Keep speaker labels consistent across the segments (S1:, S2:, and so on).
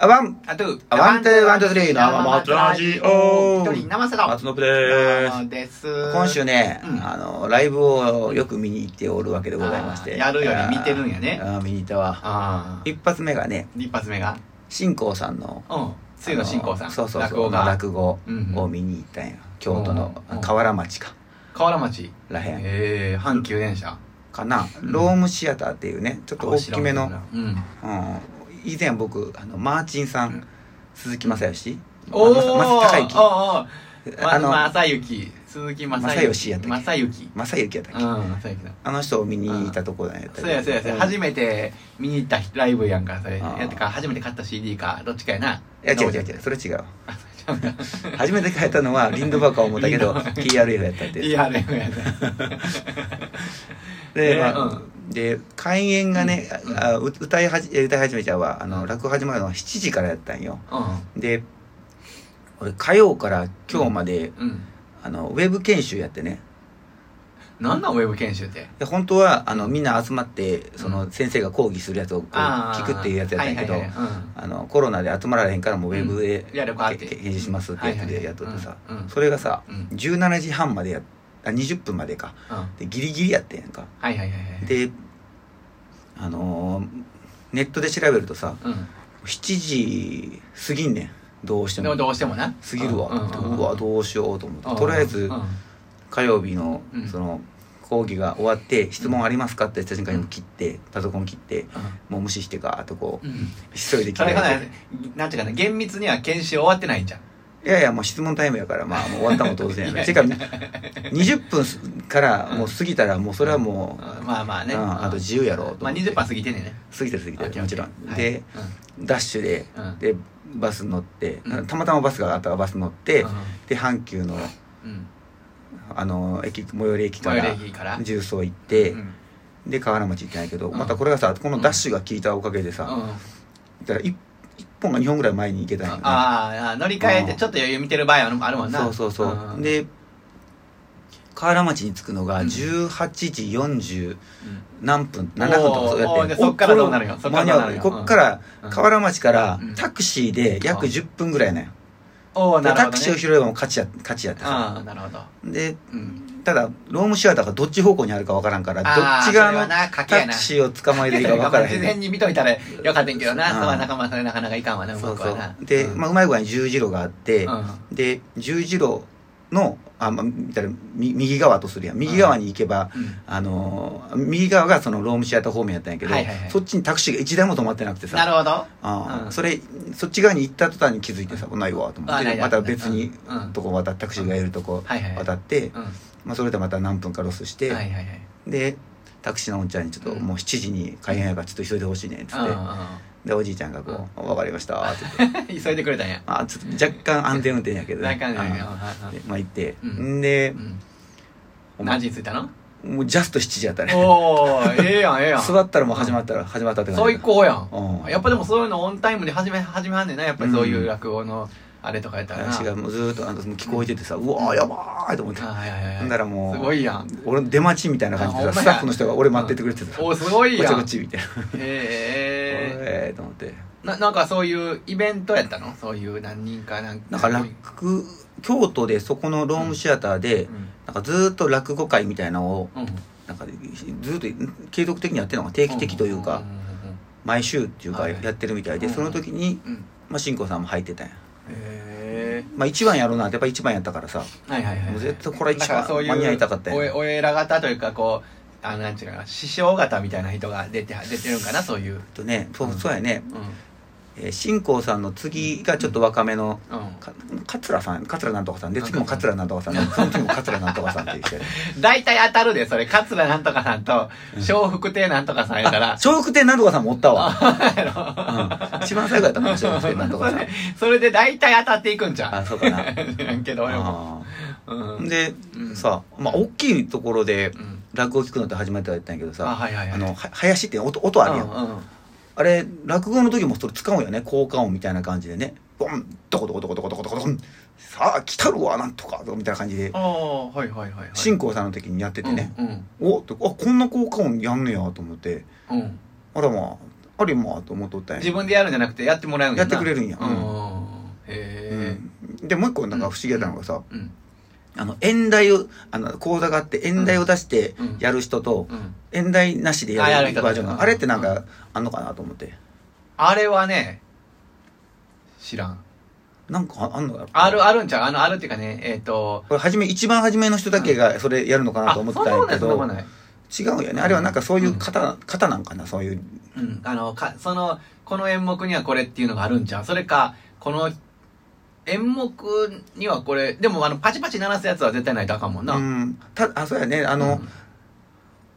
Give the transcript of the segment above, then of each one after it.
S1: あワン、
S2: あと、
S1: あワン、ツー、ワン、ツー、スリー、生松ラジオ
S2: 一人生瀬の
S1: 松信で
S2: 生
S1: す。
S2: です。
S1: 今週ね、
S2: うん
S1: あの、ライブをよく見に行っておるわけでございまして。
S2: あーやるより見てるんやね
S1: あーあー見に行ったわ。
S2: あー
S1: 一発目がね、
S2: 一発目が
S1: 新光さんの、
S2: うん。つゆ
S1: あ
S2: の新行さん。
S1: そうそうそう、
S2: 落語が。
S1: 落語
S2: うんう
S1: を
S2: ん
S1: 見に行ったんや。京都の
S2: うんうん
S1: 河原町か、
S2: 河原町。
S1: らへん。
S2: ええ、阪急電車。
S1: かな、
S2: うん
S1: ロームシアターっていうね、ちょっと大きめの、
S2: うん。
S1: うん、以前僕、あの、マーチンさん、
S2: うん
S1: 鈴木正義
S2: お
S1: ま
S2: ー
S1: ま高い
S2: おーおー
S1: あの、
S2: ま、正幸。鈴木正
S1: 正義やったっけ
S2: 正幸。
S1: 正幸やったっ
S2: う
S1: け、
S2: ん、正幸だ。
S1: あの人を見に行ったとこなんやった
S2: そうやそうやそうや、
S1: ん
S2: 初めて見に行ったライブやんかそれ
S1: あー
S2: やってか初めて買った CD かどっちかやない
S1: や違う違う違うそれ違う 初めて変えたの はリンドバーカーを思ったけど
S2: リンド
S1: TRF やったって
S2: DRM やった
S1: で,、
S2: ね
S1: まあ
S2: う
S1: で開演がね、
S2: うん
S1: あう歌いはじえ歌い始めちゃうわあ
S2: う
S1: の
S2: ん
S1: 落語始まるのは7時からやったんよ
S2: う
S1: で俺火曜から今日まで、
S2: んうん
S1: あのウェブ研修やってね
S2: なんなんウェブ研修って
S1: で本当はあのみんな集まってその先生が講義するやつをこう
S2: あ
S1: 聞
S2: ー
S1: くっていうやつやったんやけど、
S2: はいはいはいうん
S1: あのコロナで集まられへんからもうウェブで
S2: うんやればって
S1: け返事しますってやつでやっとってさ、
S2: はいはいはいうんうん
S1: それがさ、
S2: うん
S1: 17時半までやあ20分までか
S2: うんはい
S1: でギリギリやってんやんか
S2: はいはいはい
S1: であのーネットで調べるとさ
S2: うん
S1: 7時過ぎんねんどうして
S2: でも
S1: も
S2: どうしてもな
S1: 過ぎるわ、
S2: うんうんうん
S1: うわどうしようと思って、
S2: うん
S1: とりあえず、
S2: うん
S1: 火曜日の
S2: うん
S1: その講義が終わって「質問ありますか?」って言った瞬間に切ってパソコン切ってもう無視してガーッとこう
S2: うん
S1: 急いで切
S2: それ
S1: ら
S2: が
S1: れ
S2: な
S1: て
S2: なんていうかな厳密には研修終わってないんじゃん
S1: いやいやもう質問タイムやからまあもう終わったも当然やなてか20分すからもう過ぎたらもうそれはも
S2: うんまあまあ
S1: う、
S2: ね
S1: う
S2: うん
S1: ん、あと自由やろうと思
S2: まあ
S1: って
S2: 20%過ぎてんねんね
S1: 過ぎてる過ぎてるもちろん、
S2: はい
S1: でダッシュで
S2: うんうん
S1: でバス乗って、
S2: うん
S1: たまたまバスがあったからバス乗って、
S2: うん
S1: で阪急の
S2: うん
S1: あの駅最寄り駅か
S2: 最寄
S1: ら
S2: り駅から
S1: 重曹行って、
S2: うん
S1: で河原町行ってないけど、
S2: うん
S1: またこれがさこのダッシュが効いたおかげでさ、
S2: うん
S1: だから 1, 本が2本ぐらい前に行けたんや
S2: ああ乗り換えてちょっと余裕見てる場合はあるも
S1: ね
S2: んな
S1: そうそうそう、
S2: ん
S1: で河原町に着くのが
S2: うん
S1: 18時40
S2: うん
S1: 何分、7分とかそうや
S2: おーお
S1: って
S2: ーで
S1: ん
S2: そっからどうなるよ
S1: お
S2: そっからどうなるよ
S1: 間に合こっから
S2: うん
S1: 河原町から
S2: うん
S1: タクシーで約
S2: うん
S1: 10分ぐらいなんよ、
S2: おお
S1: で
S2: なる
S1: タ
S2: ほど
S1: ク
S2: ね
S1: シーを拾えばもう勝ちや勝ちやってさ、
S2: ああなるほど
S1: で
S2: うん
S1: ただロームシアターがどっち方向にあるかわからんからど
S2: あー
S1: っち側
S2: それは
S1: の
S2: な
S1: タ
S2: 賭けやな
S1: クシーを捕まえていいかわからへ
S2: 事
S1: ん
S2: 前に見といたらよかったんけどな
S1: うん
S2: そうは仲間それなかなかいかんわな
S1: そう
S2: 僕
S1: そ
S2: はな
S1: うで、まあ、うまい具合に十字路があって、
S2: あ
S1: で十字路のあ、まあ、見たらみ右側とするやん右側に行けば、あのー右側がそのロームシアター方面やったんやけど、
S2: はいはいはい
S1: そっちにタクシーが一台も止まってなくてさ
S2: なるほど
S1: あー
S2: うん
S1: それそっち側に行った途端に気づいてさ、ないわと思っ
S2: あ
S1: て
S2: ない
S1: また別に
S2: うんうん
S1: とこ渡ってタクシーがいるとこ
S2: はいはいはい
S1: 渡って、
S2: うんは
S1: まあ、それでまた何分かロスして、
S2: いはいはい
S1: でタクシーのおんちゃんにちょっと
S2: うん
S1: もう7時に開演やからちょっと急いでほしいねっつ
S2: う
S1: っ
S2: ん
S1: て、
S2: う
S1: でおじいちゃんがこう「分かりました」って言って
S2: んうん 急いでくれたんや
S1: まあちょっと若干安全運転やけ どね
S2: なんかね
S1: あーでまあ行って、
S2: うん
S1: ん、で
S2: うん
S1: お前
S2: 何時に着い たの
S1: もうジャスト7時やったね
S2: おおええやんええやん
S1: 座ったらもう始まったら始まったって感じ
S2: 最高やん
S1: うん
S2: やっぱでもそういうのオンタイムで始め始めはんねんなやっぱりそういう落語のあれとかやったらな
S1: 私がもうずーっとあの聞こえててさ、うわーやばーいと思って、
S2: あはいはいは
S1: ほ
S2: い
S1: んだらもう
S2: すごいやん
S1: 俺の出待ちみたいな感じでさ
S2: あほん
S1: ス
S2: ま
S1: タ
S2: や
S1: ッフの人が俺待っててくれてた、
S2: おすごい
S1: こっ
S2: や
S1: ち
S2: ん
S1: こっちみたいな
S2: え
S1: ええと思って
S2: ー、ななんかそういうイベントやったのそういう何人かなんか
S1: なんか
S2: うん
S1: 落京都でそこのロームシアターで、なんかずーっと落語会みたいなのを
S2: うん
S1: なんかずーっと継続的にやってるのが定期的というか、毎週っていうか
S2: はい
S1: やってるみたいで、
S2: うん
S1: その時に、
S2: うんうんうんうんうん
S1: まあ、新子さんも入ってたんや
S2: え
S1: まあ一番やろうなってやっぱ一番やったからさ
S2: ー、はいはいはい
S1: もう絶対これ一番
S2: だからそういう
S1: 間に合いたかったよ
S2: おえお偉方というかこうあのなんていうかな師匠方みたいな人が出て出てるんかなそういう
S1: とねそう,、
S2: うん
S1: そうやね、
S2: う
S1: えー、新子さんの次がちょっと若めの、
S2: ん、うん
S1: か桂さん桂なんとかさんで
S2: うん
S1: 次も桂なんとかさんでその次も桂なんとかさんっていう 人やね
S2: 大体当たるで、それ。桂なんとかさんと、笑福亭なんとかさんやから。
S1: 笑福亭なんとかさんもおった わ、うん、一番最後やったかもしれないですけどなんとかさん
S2: それで大体当たっていくんじゃん。
S1: あそう かな
S2: 知らんけど、俺も。
S1: あ
S2: う
S1: ー
S2: ん。
S1: で、
S2: うん
S1: さまあ大きいところで
S2: うん
S1: 落語聞くのって初めてやったんやけどさ
S2: あはいはいはい
S1: のは林って音音あるやん、
S2: うんうん
S1: あれ落語の時もそれ使うんよね効果音みたいな感じでねボンドコドコドコドコドコドコドンさあ来たるわなんとかみたいな感じで
S2: ああ、はいはいはいはい。
S1: 新光さんの時にやっててね、
S2: うん。
S1: おっとあこんな効果音やんねやと思って
S2: うん。うん。
S1: あらまああれまあと思っとったんや
S2: 自分でやるんじゃなくてやってもらうん
S1: やってくれるんや、
S2: う
S1: うんん
S2: へ
S1: うんでもう一個なんか不思議やったのがさ、
S2: えうん
S1: あの演題をあの講座があって演題を出して
S2: うん
S1: やる人と、
S2: うん
S1: 演題なしで
S2: あや
S1: や
S2: る
S1: る
S2: 人
S1: バージョン
S2: うん
S1: があれってなんかあんのかなと思って
S2: あれはね知らん
S1: なんかああんのかな
S2: あるあるんちゃうあのあるっていうかねえっと
S1: これ初め一番初めの人だけがそれやるのかな
S2: あ
S1: と
S2: そん
S1: 思
S2: な
S1: って
S2: こ
S1: たんやけ
S2: とないそんな
S1: ど
S2: ことない
S1: 違うよねあれはなんかそういう型,、型なんかなそういう
S2: うんあのかそのこの演目にはこれっていうのがあるんちゃうそれかこの演目にはこれでもあのパチパチ鳴らすやつは絶対ないとあかんもんな、
S1: うんたあそうやねあの、
S2: うん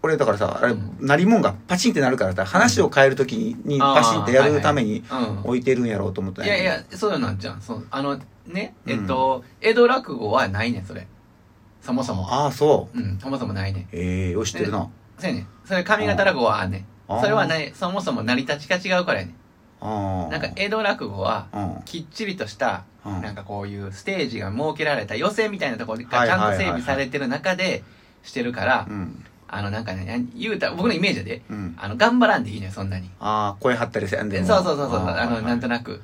S1: 俺だからさあれ
S2: うん
S1: 鳴りもんがパチンってなるからさ話を変えるときに
S2: あー
S1: パチンってやるために
S2: うん
S1: 置いてるんやろうと思ったん
S2: いやい
S1: や
S2: や、そうなんじゃん。そうあの、ね、えっと、江戸落語はないねん、それ。そもそも。
S1: ああそう
S2: うん、そもそもないねん。
S1: ええよし知ってるな
S2: そうやねん。それ上方落語はあんねん。
S1: あー
S2: それはない、そもそも成り立ちが違うからやね
S1: あ
S2: ん。
S1: あ
S2: なんか江戸落語は、
S1: うん
S2: きっちりとした、
S1: うん
S2: なんかこういうステージが設けられた、寄席みたいなところが
S1: はい
S2: ち
S1: はい
S2: ゃ
S1: はいは
S2: んと
S1: い
S2: 整備されてる中でしてるから
S1: う、ん
S2: あのなんかね、言うたら、僕のイメージやで、
S1: うん
S2: あの、頑張らんでいいねん、そんなに。
S1: ああ声張ったりせんで
S2: で
S1: も
S2: そうそうそうそう、
S1: ー
S2: あの、なんとなく、
S1: うん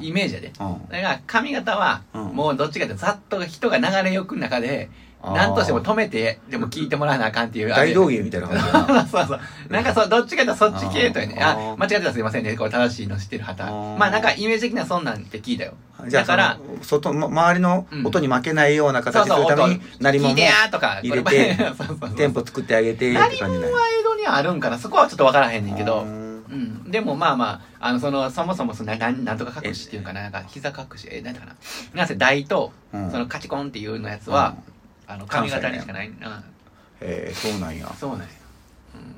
S2: イメージやで。
S1: うん
S2: だから髪型は
S1: うん
S2: もうどっちかってざっと人が流れよく中で
S1: あー
S2: 何としても止めてでも聞いてもらわなあかんっていう
S1: 大道
S2: 芸
S1: 芸みたいな
S2: そう
S1: 感じやな
S2: そうそうなんかそうどっちかってそっち系とやね
S1: あー
S2: あ間違ってたらすいませんねこれ正しいの知ってる方
S1: あー
S2: まあなんかイメージ的にはそんなんって聞いたよ
S1: じゃ
S2: だ
S1: あ
S2: から
S1: その外ま周りの音に負けないような形でするために鳴り
S2: 聞
S1: 物
S2: い
S1: も
S2: てやーとか
S1: 入れて
S2: そうそうそう
S1: テンポ作ってあげてって
S2: 何
S1: 感
S2: も
S1: じ
S2: ん
S1: な
S2: は
S1: んや
S2: 江戸にはあるんかなそこはちょっとわからへんねんけ
S1: う
S2: ど
S1: ん
S2: うん、でもまあまあ、あの、その、そもそもその、なん、なんとか隠しっていうかな、なんか、膝隠し、え、なんだかな。なんせ台と、
S1: うん
S2: そのカチコンっていうのやつは、あの、
S1: 関
S2: 髪
S1: 西ね
S2: 型にしかないな。
S1: ええそうなんや
S2: そうなんや。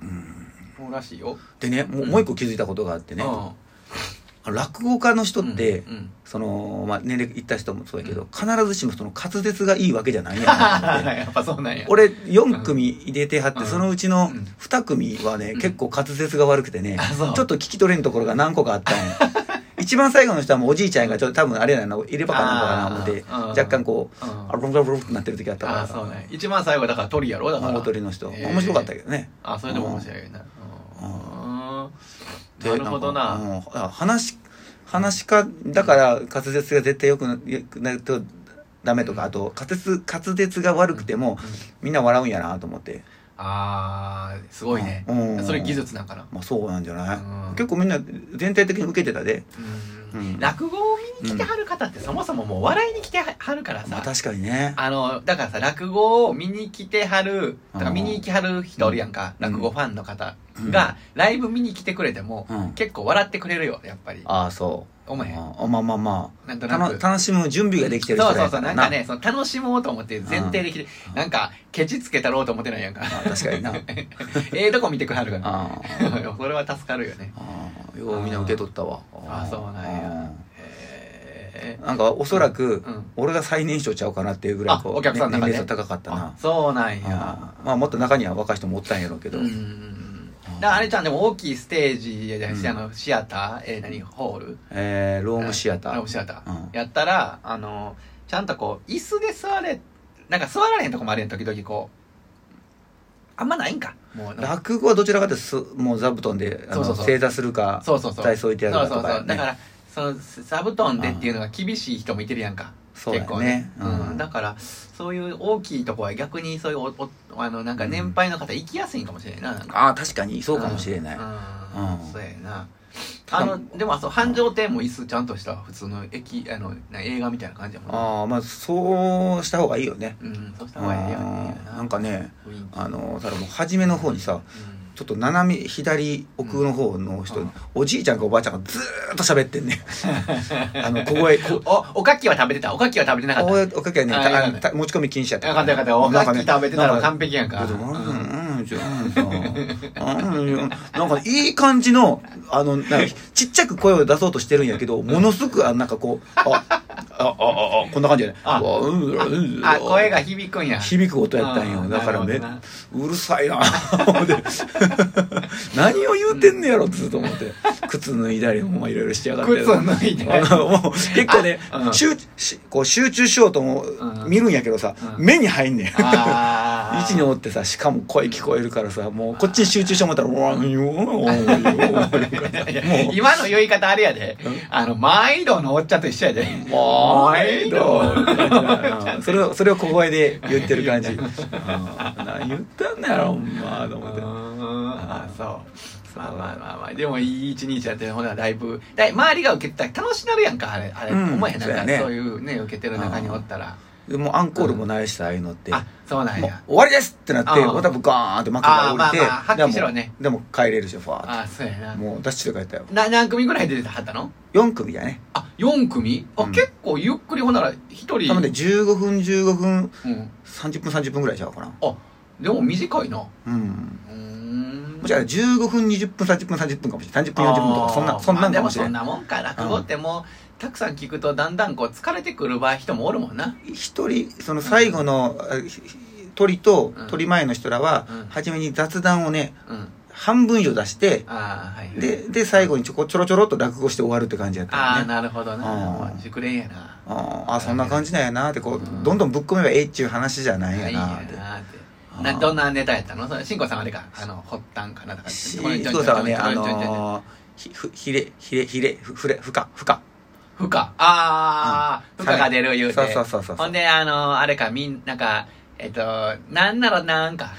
S2: うん。そうらしいよ。
S1: でねもう
S2: うん
S1: もう一個気づいたことがあってね
S2: うん
S1: 落語家の人って、
S2: うんうん。
S1: その、まあ、年齢いった人もそうやけど、必ずしもその滑舌がいいわけじゃないんやなと思って。
S2: やっぱそうなんや。
S1: 俺4組入れてはって、
S2: うん
S1: そのうちの
S2: うん
S1: 2組はね、
S2: うん
S1: 結構滑舌が悪くてね
S2: あそう
S1: ちょっと聞き取れんところが何個かあったんや 一番最後の人はもうおじいちゃんがちょっと多分あれやな入れ歯かなんかかな思って
S2: あーうん
S1: 若干こう、
S2: うん
S1: あロンロンロンってなってる時あったから
S2: あ、そうなんや。一番最後だから鳥やろだから。
S1: 大鳥の人、
S2: へー
S1: 面白かったけどね
S2: あ、それでも面白いな。うん。
S1: で
S2: なるほどな。
S1: んかうんあ話話し家だから滑舌が絶対よくな良くなるとダメとか、あと滑舌滑舌が悪くても、みんな笑うんやなと思って
S2: あー、すごいね。
S1: うん
S2: それ技術なんかな。
S1: まあそうなんじゃない、
S2: うん
S1: 結構みんな全体的に受けてたで、
S2: う
S1: うんん
S2: 落語を見に来てはる方ってそもそももう笑いに来てはるから
S1: まあ
S2: さ、
S1: 確かにね
S2: あのだからさ落語を見に来てはるだから見に行きはる人おるやんか、
S1: うん
S2: 落語ファンの方
S1: うん
S2: がライブ見に来てくれても、
S1: うん
S2: 結構笑ってくれるよやっぱり
S1: ああそう
S2: 思えへん
S1: あまあまあま
S2: なん
S1: あ
S2: と
S1: た
S2: な
S1: の
S2: く
S1: 楽しむ準備ができてる
S2: そ
S1: 人
S2: うそ
S1: だ
S2: うそ
S1: か
S2: う
S1: ら
S2: なんかねその楽しもうと思って前提できて、
S1: ん
S2: なんかケチつけたろうと思ってないやんか
S1: まあ確かに な
S2: ええとこ見てくれはるから
S1: あ
S2: それは助かるよね
S1: あああようみんな受け取ったわ
S2: あそうなんや
S1: あ
S2: へ
S1: あなんかおそらく、
S2: ーうん
S1: 俺が最年少ちゃうかなっていうぐらい
S2: あお客さんの中で
S1: ね年齢層高かった
S2: あ
S1: な
S2: そうなんや
S1: あーまあもっと中には若い人もおったんやろうけど、
S2: うんうんうんだからあれちゃんでも大きいステージやし、
S1: うん
S2: あのシアター、えー何ホール
S1: えー、ロームシアタ
S2: あ
S1: ー
S2: ロームシアター、
S1: うん
S2: やったらあのちゃんとこう椅子で座れなんか座られへんとこもあるやん時々こうあんまないんかもうなんか
S1: 落語はどちらかというとすもう座布団であの
S2: そうそうそう
S1: 正座するか
S2: そうそうそう
S1: 体操置いてやる
S2: そ
S1: かと
S2: うそう
S1: か
S2: そう
S1: やね、
S2: だからその座布団でっていうのが厳しい人もいてるやんか
S1: そうだ
S2: 結
S1: よ
S2: 構
S1: ね
S2: ね、うんだからそういう大きいとこは逆にそういうおおあのなんか年配の方行きやすいんかもしれないななんか
S1: ああ確かにそうかもしれない、
S2: うん
S1: うん
S2: そうやな
S1: た
S2: あ
S1: だ
S2: のでもあそう繁盛店も椅子ちゃんとした普通の駅あのな映画みたいな感じやもんな
S1: ああまあそうした方がいいよね
S2: うんそうした
S1: あ
S2: 方がええよね
S1: ーなんかね
S2: 雰囲気
S1: あのただもう初めの方にさ
S2: うん
S1: ちょっと斜め左奥の方の人、
S2: うん
S1: おじいちゃんかおばあちゃんがずーっと喋って んねあの小声こ
S2: おおかきは食べてたおかきは食べてなかった
S1: お
S2: よ
S1: おかきはね
S2: あ
S1: た
S2: よかった
S1: あた持ち込み禁止やった
S2: かったよかったお
S1: な
S2: か
S1: んか
S2: き
S1: ね
S2: 食べてた
S1: な
S2: ら
S1: んか
S2: 完璧やんか
S1: うんうん
S2: う
S1: う
S2: ん
S1: んうんうんなんかいい感じのあの なんかちっちゃく声を出そうとしてるんやけどものすごくあなんかこうあああああこんな感じやね
S2: あ
S1: わうんうんうん
S2: あ声が響くんや
S1: 響く音やったん
S2: あー
S1: よだから
S2: な
S1: め
S2: るほどな
S1: うるさいな思って何を言うてんねやろずっと思って靴脱いだりほんまいろいろしやがって
S2: 靴を脱いで
S1: あのもう結構ね
S2: あうん
S1: 集しこう集中しようとも
S2: ん
S1: 見るんやけどさ
S2: うん
S1: 目に入んねん
S2: あな
S1: 位置におってさしかも声聞こえるからさもうこっちに集中して思ったら「わんよーおーよ
S2: いや
S1: ー」もう
S2: 今の言い方あれやで。あの、毎度のおっちゃんと一緒やで。
S1: 毎度それをそれを小声で言ってる感じうん何言ったんだよほんまと
S2: う
S1: 思って
S2: んあ、そう。まあまあまあまあ、でもいい一日やってるほらだいぶ、だい周りが受けてたら楽しなるやんか、あれ、あれ、
S1: うん
S2: 思えへんな
S1: そうや
S2: ん
S1: ね
S2: か、そういうね、受けてる中におったら。
S1: でもうアンコールもないしさああいうのって
S2: あ、そうなん
S1: もう
S2: や。
S1: 終わりですってなって、
S2: うん
S1: またぶガーンって幕が降りて、
S2: あーまあまあはっきりしろね
S1: でもでも帰れるし、ファーっ
S2: あ、そうや
S1: て。
S2: な。
S1: もうダッシュで帰ったよ。
S2: な、何組ぐらい出てはったの
S1: 4組だね。
S2: あ、4組あ、
S1: うん
S2: 結構ゆっくりほんなら、一人。
S1: なので15分、15分、
S2: うん。
S1: 30分、30分ぐらいちゃうかな。
S2: あ、でも短いな。
S1: うん。
S2: うーん。
S1: もしかしたら15分、20分、30分、30分かもしれない。30分、40分とか、そん
S2: あ
S1: な、
S2: ー
S1: そんなんかもしれ
S2: ま
S1: な。
S2: あでもそんなもんか落語ってもう、たくさん聞くとだんだんこう疲れてくる場合人もおるもんない
S1: 一人、その最後の、あひひ鳥と
S2: うん
S1: 鳥前の人らは
S2: うん、
S1: 初めに雑談をね、
S2: うん
S1: 半分以上出して、
S2: ああはい
S1: で、で、最後にちょこちょろちょろっと落語して終わるって感じやった
S2: あ
S1: よ
S2: あ
S1: ね。
S2: なるほど
S1: うん
S2: な熟練やな
S1: あーあー、そんな感じなんやなって、こ
S2: うん
S1: う、どんどんぶっ込めばええっちゅう話じゃないいん
S2: やい
S1: や
S2: いや
S1: なって。
S2: なって
S1: あー
S2: などんなネタやったのそれしんこさんあれかあの発端かなとか
S1: シーコさんはね、あのー、ひ、ふ、ひれ、ひれ、ひれ、ふ、ふれ、ふか、ふか。
S2: 負荷ああ
S1: う
S2: 負
S1: ん
S2: 荷が出る言う
S1: そう
S2: て
S1: そうそうそう。
S2: ほんであのーあれかみんなんかえっと、なんならなん か。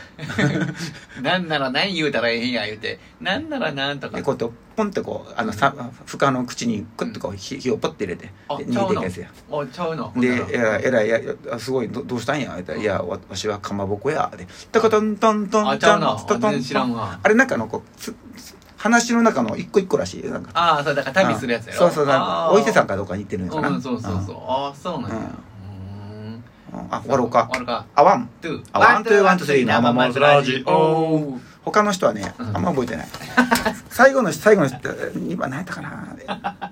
S2: なんならなん言うたらええんや言うて。なんならなんとか
S1: で、。こうやって、ポンってこう、あの、さ、ふかの口に、くってこう、火火をポッて入れて、で
S2: あ
S1: 逃げていくやつや。
S2: おちゃうの。
S1: で、
S2: ほんなら
S1: えらい、えらい、や、やすごい、どどうしたんや言ったらいや、わわしはかまぼこや。で、たかたんたんた
S2: あ、
S1: ん
S2: ちゃ
S1: た、
S2: うんな。
S1: たたんた
S2: 全然
S1: ん
S2: 知らんわ。
S1: あれ、なんかあの、こう、つ、つ話の中の一個一個らしい。なんか、
S2: ああ、そう、だから旅するやつやろ。
S1: そうそう、なん
S2: あ
S1: か
S2: ー
S1: お伊勢さんかどうかに行ってるんやかな。
S2: うん、そうそうそう
S1: う。。
S2: ああ、そうなんや。
S1: う
S2: うんーん。
S1: ん。うんあ、終わろうか
S2: 終わ。ろうか。
S1: あわん。
S2: トゥ
S1: あワンツーワンツースリーの
S2: 生
S1: 生
S2: 松
S1: 松
S2: ラ
S1: ラ
S2: ジ
S1: ジ
S2: オ
S1: オ。他の人はね、
S2: うん
S1: あんま覚えてない。最後の、最後の人、2番何やったかな